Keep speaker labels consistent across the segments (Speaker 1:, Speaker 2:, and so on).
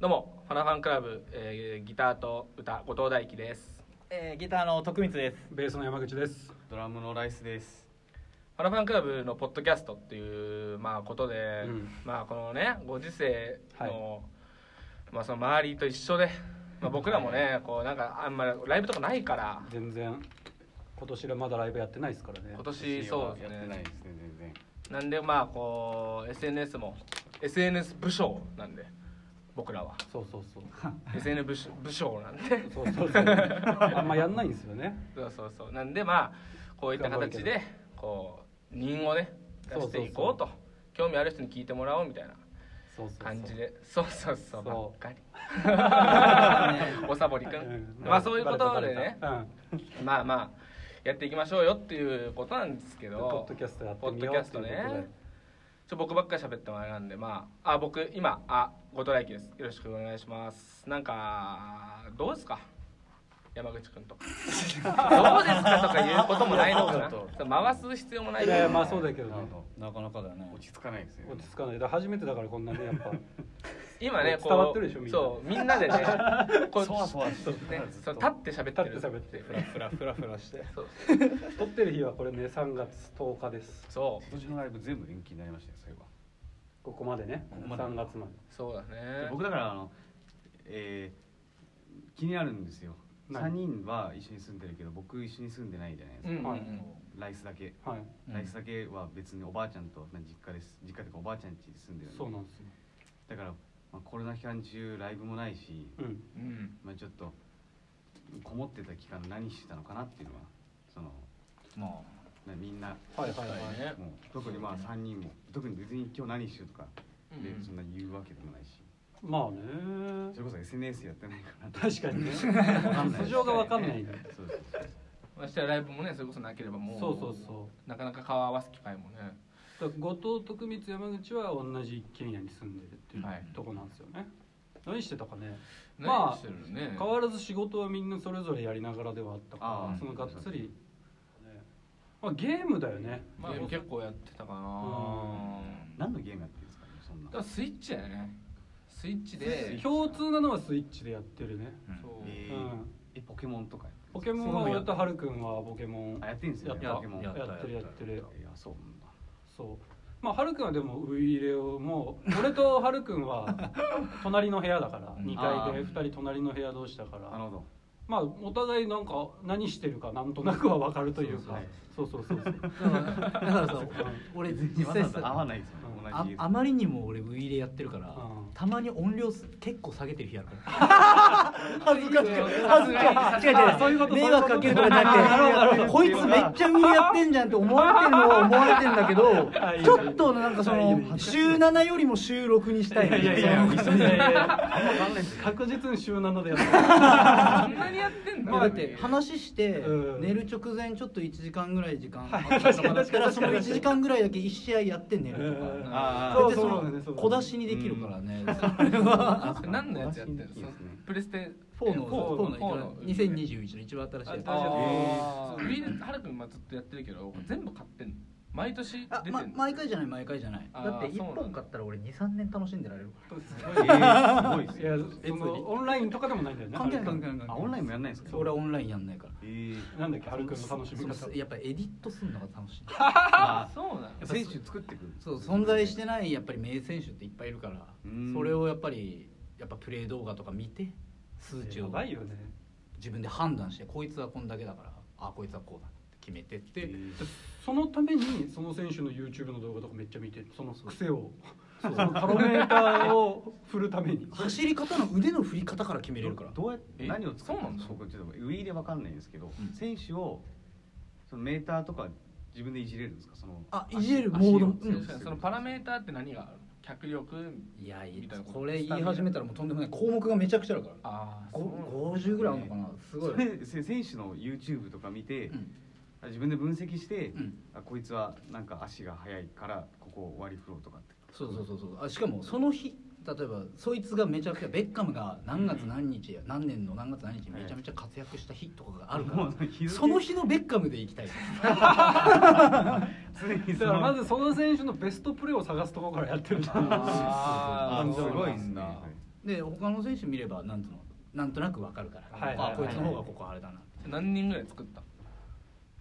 Speaker 1: どうもファナファンクラブ、えーギターと歌後藤大輝です
Speaker 2: えー、ギターの徳光です。
Speaker 3: ベースの山口です。
Speaker 4: ドラムのライスです。
Speaker 1: ファナファンクラブのポッドキャストっていうまあことで、
Speaker 3: うん
Speaker 1: まあこのねご時世の、まあその周りと一緒で、まあ、僕らもねこうなんかあんまりライブとかないから
Speaker 3: 全然今年はまだライブやってないですからね
Speaker 1: 今。年そうで
Speaker 4: や
Speaker 1: す
Speaker 4: ってな
Speaker 1: ね
Speaker 4: いですね全
Speaker 1: な
Speaker 4: 然。
Speaker 1: んでまあこう SNS も SNS 武将なんで僕 らは
Speaker 3: そうそうそう。
Speaker 1: SNS 武将武将なんで
Speaker 3: そうそうそう。あんまやんないんですよね。
Speaker 1: そうそうそうなんでまあこういった形でこう人をね出していこうと興味ある人に聞いてもらおうみたいな
Speaker 3: そうそうそう。
Speaker 1: 感 じ。でそうそうそうば
Speaker 3: そ
Speaker 1: っ
Speaker 3: う
Speaker 1: かりおさぼりくんまあそういうことでね
Speaker 3: うん。
Speaker 1: まあまあやっていきましょうよっていうことなんですけ
Speaker 3: ポ
Speaker 1: ど
Speaker 3: ッドキャストやってみよう
Speaker 1: ポッドキャ
Speaker 3: っ
Speaker 1: ス
Speaker 3: て
Speaker 1: ト
Speaker 3: いうことで
Speaker 1: ね。ちょ僕ばっかり喋ってもあれなんでまああ僕今あ後藤大輝ですよろしくお願いしますなんかどうですか山口くん とどうですかとか言うこともないのかな
Speaker 4: ちょっ
Speaker 1: そう回す必要もない
Speaker 3: いやいやまあそうだけどね
Speaker 4: なる。ほ
Speaker 2: なかなかだよね
Speaker 4: ど。落ち着かないですね。
Speaker 3: 落ち着かない。だから初めてだからこんなねやっ ぱ。
Speaker 1: 今ねこう
Speaker 3: 伝わってるでしょみんな
Speaker 1: そうみんなでね こう
Speaker 4: そわそわして
Speaker 1: ね
Speaker 4: るずっ
Speaker 1: そ
Speaker 4: と
Speaker 1: う立って喋ってる
Speaker 3: 立って喋って
Speaker 1: フラ
Speaker 2: フラフラフラして。
Speaker 1: そう
Speaker 3: 撮ってる日はこれね3月10日です。
Speaker 1: そう
Speaker 4: 今年のライブ全部延期になりましたよ。それは。
Speaker 3: ここまでね。
Speaker 4: ここまで
Speaker 3: 3月まで。
Speaker 1: そうだね
Speaker 4: で僕だからあの、えー、気になるんですよ。
Speaker 3: 何
Speaker 4: 三人は一緒に住んでるけど僕一緒に住んでないじゃないです
Speaker 1: う
Speaker 4: か。
Speaker 1: んうん
Speaker 3: はい
Speaker 4: ライスだけ。
Speaker 3: はい。
Speaker 1: うん
Speaker 4: ライスだけは別におばあちゃんと実家です実家とかおばあちゃん家に住んでるんで
Speaker 3: そうなんですよ。
Speaker 4: だから、まあ、コロナ期間中ライブもないし、
Speaker 3: うん。
Speaker 1: うんうん
Speaker 4: まあ、ちょっとこもってた期間何してたのかなっていうのはその
Speaker 2: ま
Speaker 4: なみんな
Speaker 3: はいはいはい。
Speaker 1: ね
Speaker 4: もう特にまあ3人も特に別に今日何しようとか
Speaker 1: うん
Speaker 4: でそんな言うわけでもないし
Speaker 3: まあね
Speaker 4: そ。れこそ SNS やってないから
Speaker 3: 確かにね。
Speaker 4: かんない
Speaker 3: 素性がわかんない。
Speaker 4: そうそうそう
Speaker 1: ましてライブもねそれこそなければもう
Speaker 3: そうそうそう。
Speaker 1: なかなか顔を合わす機会もね
Speaker 3: だから後藤徳光山口は同じ一軒家に住んでるっていう
Speaker 1: はい
Speaker 3: とこなんですよね、何してたかね
Speaker 1: ま
Speaker 3: まあ
Speaker 1: あしてるね
Speaker 3: 変わらず仕事はみんなそれぞれやりながらではあったか
Speaker 4: あ
Speaker 3: ら
Speaker 4: あ
Speaker 3: そのがっつり、ねまあ、ゲームだよね、
Speaker 1: まあ、結構やってたかな
Speaker 3: うん
Speaker 4: 何のゲームやってるんですかねそんな
Speaker 1: だからスイッチだよねスイッチで
Speaker 3: 共通なのはスイッチでやってるね、
Speaker 2: うん
Speaker 1: そう、
Speaker 4: え
Speaker 3: う
Speaker 4: ー
Speaker 3: ん
Speaker 4: えポケモンとかやってる
Speaker 3: ポケモンは俺とはるくんはポケモン
Speaker 4: あやってんですよね
Speaker 3: やった
Speaker 4: ポケモン
Speaker 2: や
Speaker 3: や
Speaker 2: っ
Speaker 3: ったてるやってる
Speaker 4: いやそうなんだ
Speaker 3: そうまあはるくんはでもウイイレをもう俺とはるくんは隣の部屋だから
Speaker 2: うん
Speaker 3: 2
Speaker 4: あ
Speaker 3: 階
Speaker 4: あ
Speaker 3: で2人隣の部屋同士だから
Speaker 4: なるほ ど
Speaker 3: まあお互いなんか何してるかなんとなくは分かるというかそうそうそうそう
Speaker 5: だからだからさ俺実
Speaker 4: わざ
Speaker 5: 際
Speaker 4: わざ合わ
Speaker 5: さ
Speaker 4: ないですよね
Speaker 3: うん
Speaker 4: 同じ
Speaker 5: あ
Speaker 4: ゲーム
Speaker 5: あまりにも俺ウイイレやってるから
Speaker 3: うん
Speaker 5: たまに音量す結構下げてる日あるから 恥ずかしく恥ずかしく違う違う違う
Speaker 3: そういうこと
Speaker 5: 迷惑かけるからじゃ
Speaker 3: あなるほどな
Speaker 5: な
Speaker 3: る
Speaker 5: く
Speaker 3: ほど
Speaker 5: てこいつめっちゃウイイレやってんじゃんって思われてるのは思われてんだけ
Speaker 3: あいいね
Speaker 5: どちょっとなんかそ
Speaker 3: いいねいい
Speaker 5: の
Speaker 3: ね
Speaker 5: 週7よりも週6にしたいみた
Speaker 3: いやいや いや
Speaker 5: その
Speaker 3: 確実に週7でやって
Speaker 1: そんなにやってんの
Speaker 5: いやだって話して
Speaker 3: うん
Speaker 5: 寝る直前ちょっと1時間ぐらい時間あったとかだったらその1時間ぐらいだけ1試合やって寝るとか。
Speaker 3: る
Speaker 4: あ
Speaker 3: そ
Speaker 5: そうう
Speaker 3: そう
Speaker 5: そ
Speaker 3: そうだねそうだ
Speaker 5: の
Speaker 3: ね
Speaker 5: 小出しにできるからね。
Speaker 1: 何のやつやってるのそのプレステ
Speaker 5: フォーの
Speaker 1: フォ
Speaker 5: フォーの
Speaker 1: フォ
Speaker 5: の2021の一番新しいやつ。
Speaker 1: あーウィーレはるくんはずっとやってるけど全部買ってんの毎年出
Speaker 5: あ
Speaker 1: てんの
Speaker 5: ま毎回じゃない毎回じゃない。
Speaker 1: あ
Speaker 5: だ
Speaker 1: ー
Speaker 5: って一本買ったら俺二三年楽しんでられるか
Speaker 4: ーすごい
Speaker 3: い
Speaker 4: で
Speaker 3: や
Speaker 4: すね
Speaker 3: そのオンラインとかでもないんだよね
Speaker 5: ら。関係ない
Speaker 3: はる
Speaker 5: 関
Speaker 3: く
Speaker 5: 係
Speaker 3: ん
Speaker 5: ない関係
Speaker 4: あ
Speaker 5: ない。
Speaker 4: オンラインもやんないんですか
Speaker 5: そう俺はオンラインやんないから。
Speaker 4: え ー
Speaker 3: なんだっけはるくんの楽しみ方
Speaker 5: そうやっぱエディットするのが楽しい。
Speaker 1: あ
Speaker 4: あ
Speaker 1: そうなの
Speaker 4: ー選手作ってくる
Speaker 5: そう存在してないやっぱり名選手っていっぱいいるから
Speaker 4: うん
Speaker 5: それをやっぱりやっぱプレー動画とか見て数値
Speaker 3: や
Speaker 5: を
Speaker 3: ばいよね
Speaker 5: 自分で判断してこいつはこんだけだからあこいつはこうだって決めてって、
Speaker 4: えー
Speaker 3: そのためにその選手の YouTube の動画とかめっちゃ見てるその癖をそ
Speaker 5: そう
Speaker 3: のパロメーターを振るために
Speaker 5: 走り方の腕の振り方から決めれるから
Speaker 4: どうやって
Speaker 1: え
Speaker 4: 何を使
Speaker 1: そう
Speaker 4: う
Speaker 1: な
Speaker 4: の
Speaker 1: んだ
Speaker 4: 僕ちょっとウィーでわかんないんですけど、
Speaker 5: うん
Speaker 4: 選手をそのメーターとか自分でいじれるんですかその
Speaker 5: あいじれるモード
Speaker 4: 足を
Speaker 5: う
Speaker 1: 確
Speaker 5: ん
Speaker 1: かにそのパラメーターって何があるの脚力
Speaker 5: いやい
Speaker 1: み
Speaker 5: い
Speaker 1: たいなこと
Speaker 5: これ言い始めたらもうとんでもない項目がめちゃくちゃあるから
Speaker 1: ああ
Speaker 5: ご50ぐらいあるのかなすごい
Speaker 4: それせ選手の YouTube とか見て、
Speaker 5: うん
Speaker 4: あ自分で分析して、
Speaker 5: うん
Speaker 4: あこいつはなんか足が速いからここ割り振ろうとかって
Speaker 5: そうそうそうそうあしかもその日例えばそいつがめちゃくちゃベッカムが何月何日、何年の何月何日にめちゃめちゃ活躍した日とかがあるから、
Speaker 4: もう日付
Speaker 5: その日のベッカムで行きたい
Speaker 4: 常にそ
Speaker 3: だから
Speaker 4: の
Speaker 3: まずその選手のベストプレーを探すところからやってるじゃん
Speaker 1: あ
Speaker 4: あ
Speaker 1: ー
Speaker 4: ーすごいです
Speaker 1: そう
Speaker 4: ね
Speaker 1: なんだ
Speaker 5: で他の選手見ればなんとのなんとなくわかるから、
Speaker 3: はいはいはい
Speaker 5: あこいつの方がここあれだなって
Speaker 1: 何人ぐらい作った
Speaker 5: い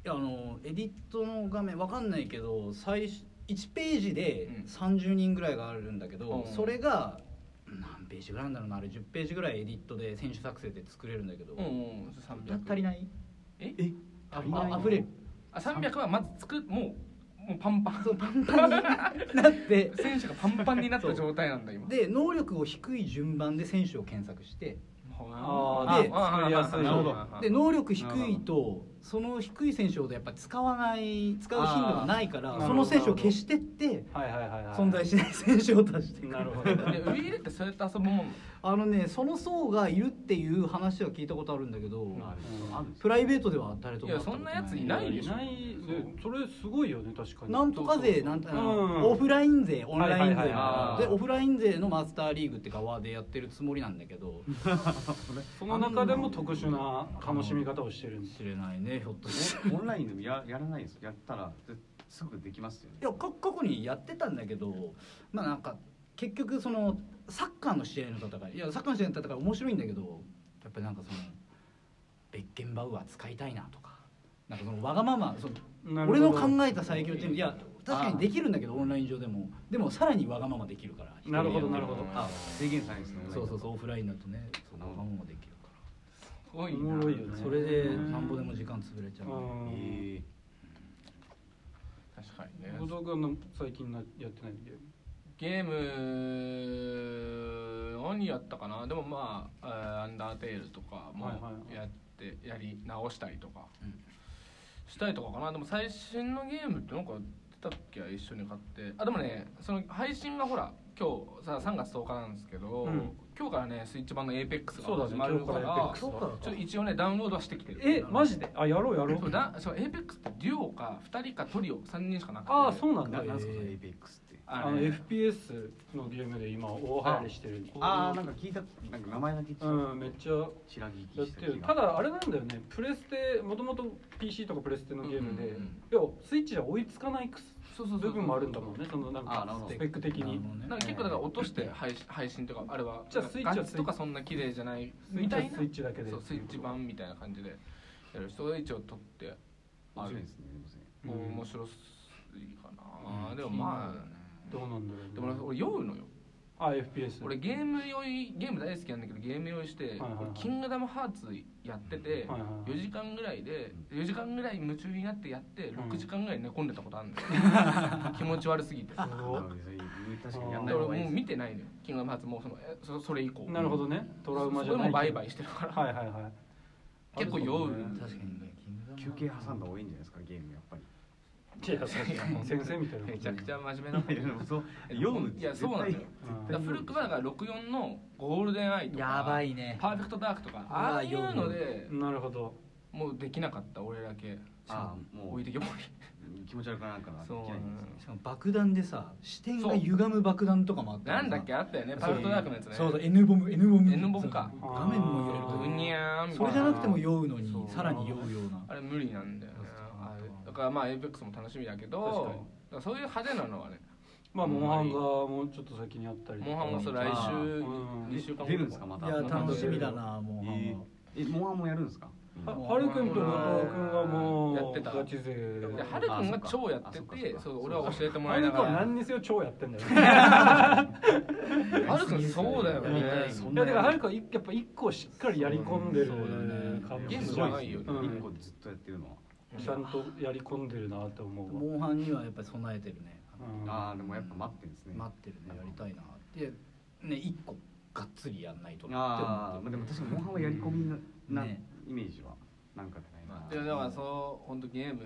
Speaker 5: やあのエディットの画面わかんないけど最初1ページで
Speaker 1: うん
Speaker 5: 30人ぐらいがあるんだけど、
Speaker 1: うん
Speaker 5: それが何ページぐらいなんだろうなあれ10ページぐらいエディットで選手作成で作れるんだけど、
Speaker 1: うんうん
Speaker 5: た
Speaker 1: 300
Speaker 5: 足りない
Speaker 1: え
Speaker 4: え
Speaker 5: あ
Speaker 4: 足りない
Speaker 5: あ溢れる
Speaker 1: あ300はまず作るもうもうパンパン
Speaker 5: そうパンパンになって
Speaker 1: 選手がパンパンになった状態なんだ今
Speaker 5: で能力を低い順番で選手を検索して
Speaker 3: あ
Speaker 5: ーで
Speaker 3: 作りやすい
Speaker 1: なるほど
Speaker 5: で能力低いとその低い選手をやっぱ使わない使う頻度がないから
Speaker 3: あー
Speaker 5: その選手を消してって
Speaker 3: はいはいはいはい
Speaker 5: 存在しない選手を足していく
Speaker 3: なるほど
Speaker 1: でウイーレってそうやって遊ぶもん
Speaker 5: あのねその層がいるっていう話は聞いたことあるんだけど
Speaker 4: まあでもそうあるんです
Speaker 5: プ
Speaker 4: よ
Speaker 5: ライベートでは誰とも
Speaker 1: いや
Speaker 5: 会ったこ
Speaker 1: そん
Speaker 5: と
Speaker 1: なやついないでしょ
Speaker 3: ないでそれすごいよね確かに
Speaker 5: なんとか勢なんとか
Speaker 3: うん
Speaker 5: オフライン勢オンライン勢み
Speaker 3: はいは
Speaker 5: たい
Speaker 3: い
Speaker 5: な
Speaker 1: はい
Speaker 5: でオフライン勢のマスターリーグって側でやってるつもりなんだけど
Speaker 3: その中でも特殊な楽しみ方をしてるんです
Speaker 5: 知れないねひょっとして。
Speaker 4: オンラインでもややらないですやったらぜすぐできますよね
Speaker 5: いや過過去にやってたんだけどまあなんか結局そのサッカーの試合の戦いいやサッカーの試合の戦い面白いんだけどやっぱりなんかそのベッケンバウアー使いたいなとかなんかそのわがままその
Speaker 3: なる
Speaker 5: 俺
Speaker 3: ほど
Speaker 5: の考えた最強チームいや確かにできるんだけどオンライン上でもでもさらにわがままできるから
Speaker 3: なるほどなるほど
Speaker 5: あ
Speaker 4: 制限されるんですね
Speaker 5: そうそううそうオフラインだとねそう
Speaker 4: な
Speaker 5: わ
Speaker 4: るほど
Speaker 5: がままできるか
Speaker 1: すごい
Speaker 3: お
Speaker 1: な
Speaker 3: もろいよね
Speaker 5: らそれで
Speaker 3: うん
Speaker 5: なんぼでも時間潰れちゃう
Speaker 3: うん
Speaker 4: え
Speaker 1: 確かにね
Speaker 3: 後藤君の最近なやってないゲーム
Speaker 1: ゲーム何やったかなでもまあえー「アンダーテール」とかも
Speaker 3: はいはい
Speaker 1: やってやり直したりとか
Speaker 5: うん
Speaker 1: したりとかかなでも最新のゲームってなんか出たっけ一緒に買ってあでもねその配信がほら今日さ3月10日なんですけど
Speaker 3: うん
Speaker 1: 今日からねスイッチ版の APEX
Speaker 3: そう
Speaker 1: が
Speaker 3: だ
Speaker 1: 始
Speaker 3: ね
Speaker 1: まるか
Speaker 3: 今日から
Speaker 1: ら
Speaker 3: Apex
Speaker 1: ち
Speaker 5: 今日からか
Speaker 1: ょっと一応ねダウンロードはしてきてる
Speaker 3: えマジであやろうやろ
Speaker 1: そう
Speaker 3: う
Speaker 1: だそう APEX ってデュオか2人かトリオ3人しかなくて
Speaker 3: ああそうな
Speaker 4: ー、
Speaker 3: ん
Speaker 4: な
Speaker 3: だ
Speaker 4: なんすかそ
Speaker 5: え
Speaker 4: れ
Speaker 5: ー
Speaker 4: APEX って
Speaker 1: あ
Speaker 3: あ
Speaker 1: の
Speaker 3: の
Speaker 1: ね
Speaker 3: FPS のゲームで今大流行りしてる
Speaker 4: ああなんか聞いたなんか名前だけ聞いた、
Speaker 3: うんめっちゃや
Speaker 4: 白木
Speaker 3: っ
Speaker 4: 聞い
Speaker 3: て
Speaker 4: た気
Speaker 3: る
Speaker 4: が
Speaker 3: ただあれなんだよねプレステもともと PC とかプレステのゲームで、
Speaker 1: うんうん
Speaker 3: いやスイッチじゃ追いつかないくす
Speaker 1: そうそうそう
Speaker 3: 部分もあるんだもんねそのなん
Speaker 4: あなる
Speaker 3: か
Speaker 4: ほど
Speaker 3: スペック的に
Speaker 5: なる
Speaker 1: な
Speaker 5: ほど
Speaker 1: ん
Speaker 5: ね
Speaker 1: か結構だから落と して配信配信とかあれは
Speaker 3: じゃあスイッチは
Speaker 1: ガチとかそんな綺麗じゃない
Speaker 3: スイ
Speaker 1: み
Speaker 3: ッチ
Speaker 1: た
Speaker 3: はい
Speaker 1: な
Speaker 3: スイッチだけで
Speaker 1: そうスイッチ版みたいな感じでやる人が一応取って
Speaker 4: 面白いですねでもね
Speaker 3: うん
Speaker 1: 面白いかな、
Speaker 5: うん
Speaker 1: でもまあ
Speaker 3: どうなんだろうね、
Speaker 1: でも俺俺酔うのよ
Speaker 3: あ FPS
Speaker 1: 俺ゲーム酔いゲーム大好きなんだけどゲーム酔いして、
Speaker 3: いはいはい
Speaker 1: 俺キングダムハーツやってて、
Speaker 3: はいはいはい
Speaker 1: 4時間ぐらいで4時間ぐらい夢中になってやって
Speaker 3: うん
Speaker 1: 6時間ぐらい寝込んでたことあるんだよ、 気持ち悪すぎて
Speaker 3: す
Speaker 4: な
Speaker 3: ご
Speaker 4: るほどそういう確かにやんな
Speaker 1: で
Speaker 4: い方
Speaker 1: 俺
Speaker 4: がい
Speaker 1: もう
Speaker 4: いですね
Speaker 1: 見てないのよキングダムハーツもうそのえそそれ以降
Speaker 3: いなるほどねトラウマじゃ
Speaker 1: そ
Speaker 3: な
Speaker 1: れ
Speaker 3: い
Speaker 1: もバイ
Speaker 3: イ
Speaker 1: バイしてるから、
Speaker 3: はいはいはい
Speaker 1: 結構酔う
Speaker 5: 確かにねキングダム
Speaker 4: 休憩挟んだ方がいいんじゃないですかゲームやっぱり
Speaker 3: いや確かに先生みたいな
Speaker 1: めちゃくちゃ真面目な
Speaker 4: いやでもそう酔う
Speaker 1: いやそうなんだよ
Speaker 4: 絶
Speaker 3: うん
Speaker 1: だから古くはだから64のゴールデンアイとか
Speaker 5: やばいね
Speaker 1: パーフェクトダークとか
Speaker 5: うわ
Speaker 1: ああいうので
Speaker 3: なるほど
Speaker 1: もうできなかった俺だけ
Speaker 4: 対ああも
Speaker 1: 置
Speaker 4: う
Speaker 1: いてきぼり
Speaker 4: 気持ち悪くなるからでき
Speaker 1: そう
Speaker 4: ないんですね
Speaker 5: しかも爆弾でさ視点が歪む爆弾とかもあった
Speaker 1: な
Speaker 5: から
Speaker 1: んだ
Speaker 5: さ
Speaker 1: っけあったよねパーフェクトダークのやつね
Speaker 5: そうそう N ボム N ボム
Speaker 1: N ボムか
Speaker 5: そう画面も揺れる
Speaker 3: あー
Speaker 1: うにゃーんみたい
Speaker 5: それじゃなくても
Speaker 1: あ
Speaker 5: 酔うのに
Speaker 1: そう
Speaker 5: さらに酔うような
Speaker 1: れ無理なんだよねあれだからまあ APEX も楽しみだけど
Speaker 3: 確かに
Speaker 1: だからそういう派手なのはね
Speaker 3: まあモンハンがもうちょっと先にあったりとか
Speaker 1: モンハンがそう来
Speaker 4: あ
Speaker 1: 週
Speaker 3: うん
Speaker 1: 2週間
Speaker 4: 出るんですかま
Speaker 5: い
Speaker 4: た
Speaker 5: や
Speaker 1: た
Speaker 5: 楽しみだなもう、
Speaker 4: えーえモンハンもやるんですかみんな
Speaker 3: ははるくんと後藤くんはもう
Speaker 1: やってた
Speaker 3: ガチ勢
Speaker 1: でハルくんが超やって
Speaker 4: あそっかそってか
Speaker 1: そう俺は教えても
Speaker 3: ハ
Speaker 1: らいな
Speaker 3: ルくん
Speaker 1: が
Speaker 3: は
Speaker 1: ら
Speaker 3: 何にせよ超やってんだよね
Speaker 1: ハルくんそうだよね
Speaker 5: やりたい
Speaker 4: そ
Speaker 3: いやだからハルくんはやっぱ一個しっかりやり込んでる
Speaker 5: そうだね
Speaker 3: 感
Speaker 1: ゲ
Speaker 3: じ
Speaker 1: ーム
Speaker 4: す
Speaker 1: じ
Speaker 4: ご
Speaker 1: ゃ
Speaker 4: い
Speaker 1: な
Speaker 4: で
Speaker 1: い
Speaker 4: す
Speaker 1: よね
Speaker 4: ね1個ずっとやってるのは
Speaker 3: ちゃんとやり込んでるなと思うわ
Speaker 5: モンハンにはやっぱり備えてるね
Speaker 3: うん
Speaker 4: ああでもやっぱ待ってるんですね
Speaker 5: 待ってるねやりたいなでね一個がっつりやんないとって
Speaker 4: ああまあでも確かにモンハンはやり込みなな
Speaker 5: ね
Speaker 4: イメージはなんか
Speaker 1: まあ、
Speaker 4: ない
Speaker 1: でも
Speaker 4: な
Speaker 1: だからそう本当ゲーム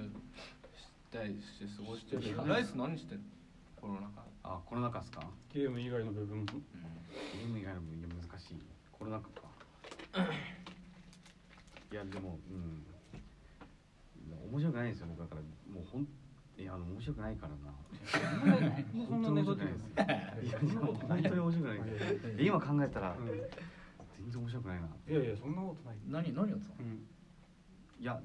Speaker 1: したりして過ごしてるけど
Speaker 5: いや
Speaker 1: ライス何してんのコロナ禍
Speaker 4: あコロナ禍っすか
Speaker 3: ゲーム以外の部分も
Speaker 4: ゲーム以外の分野難しいコロナ禍か いやでもうん面白くないですよ僕だからもうほんいやあの面白くないからな
Speaker 3: そんなネガティブない
Speaker 4: やでも本当に面白くない か ら今考えたら
Speaker 3: うん
Speaker 4: 全然面白くないない
Speaker 3: やいやそんなことない
Speaker 5: 何何やってたの
Speaker 3: うん
Speaker 4: いや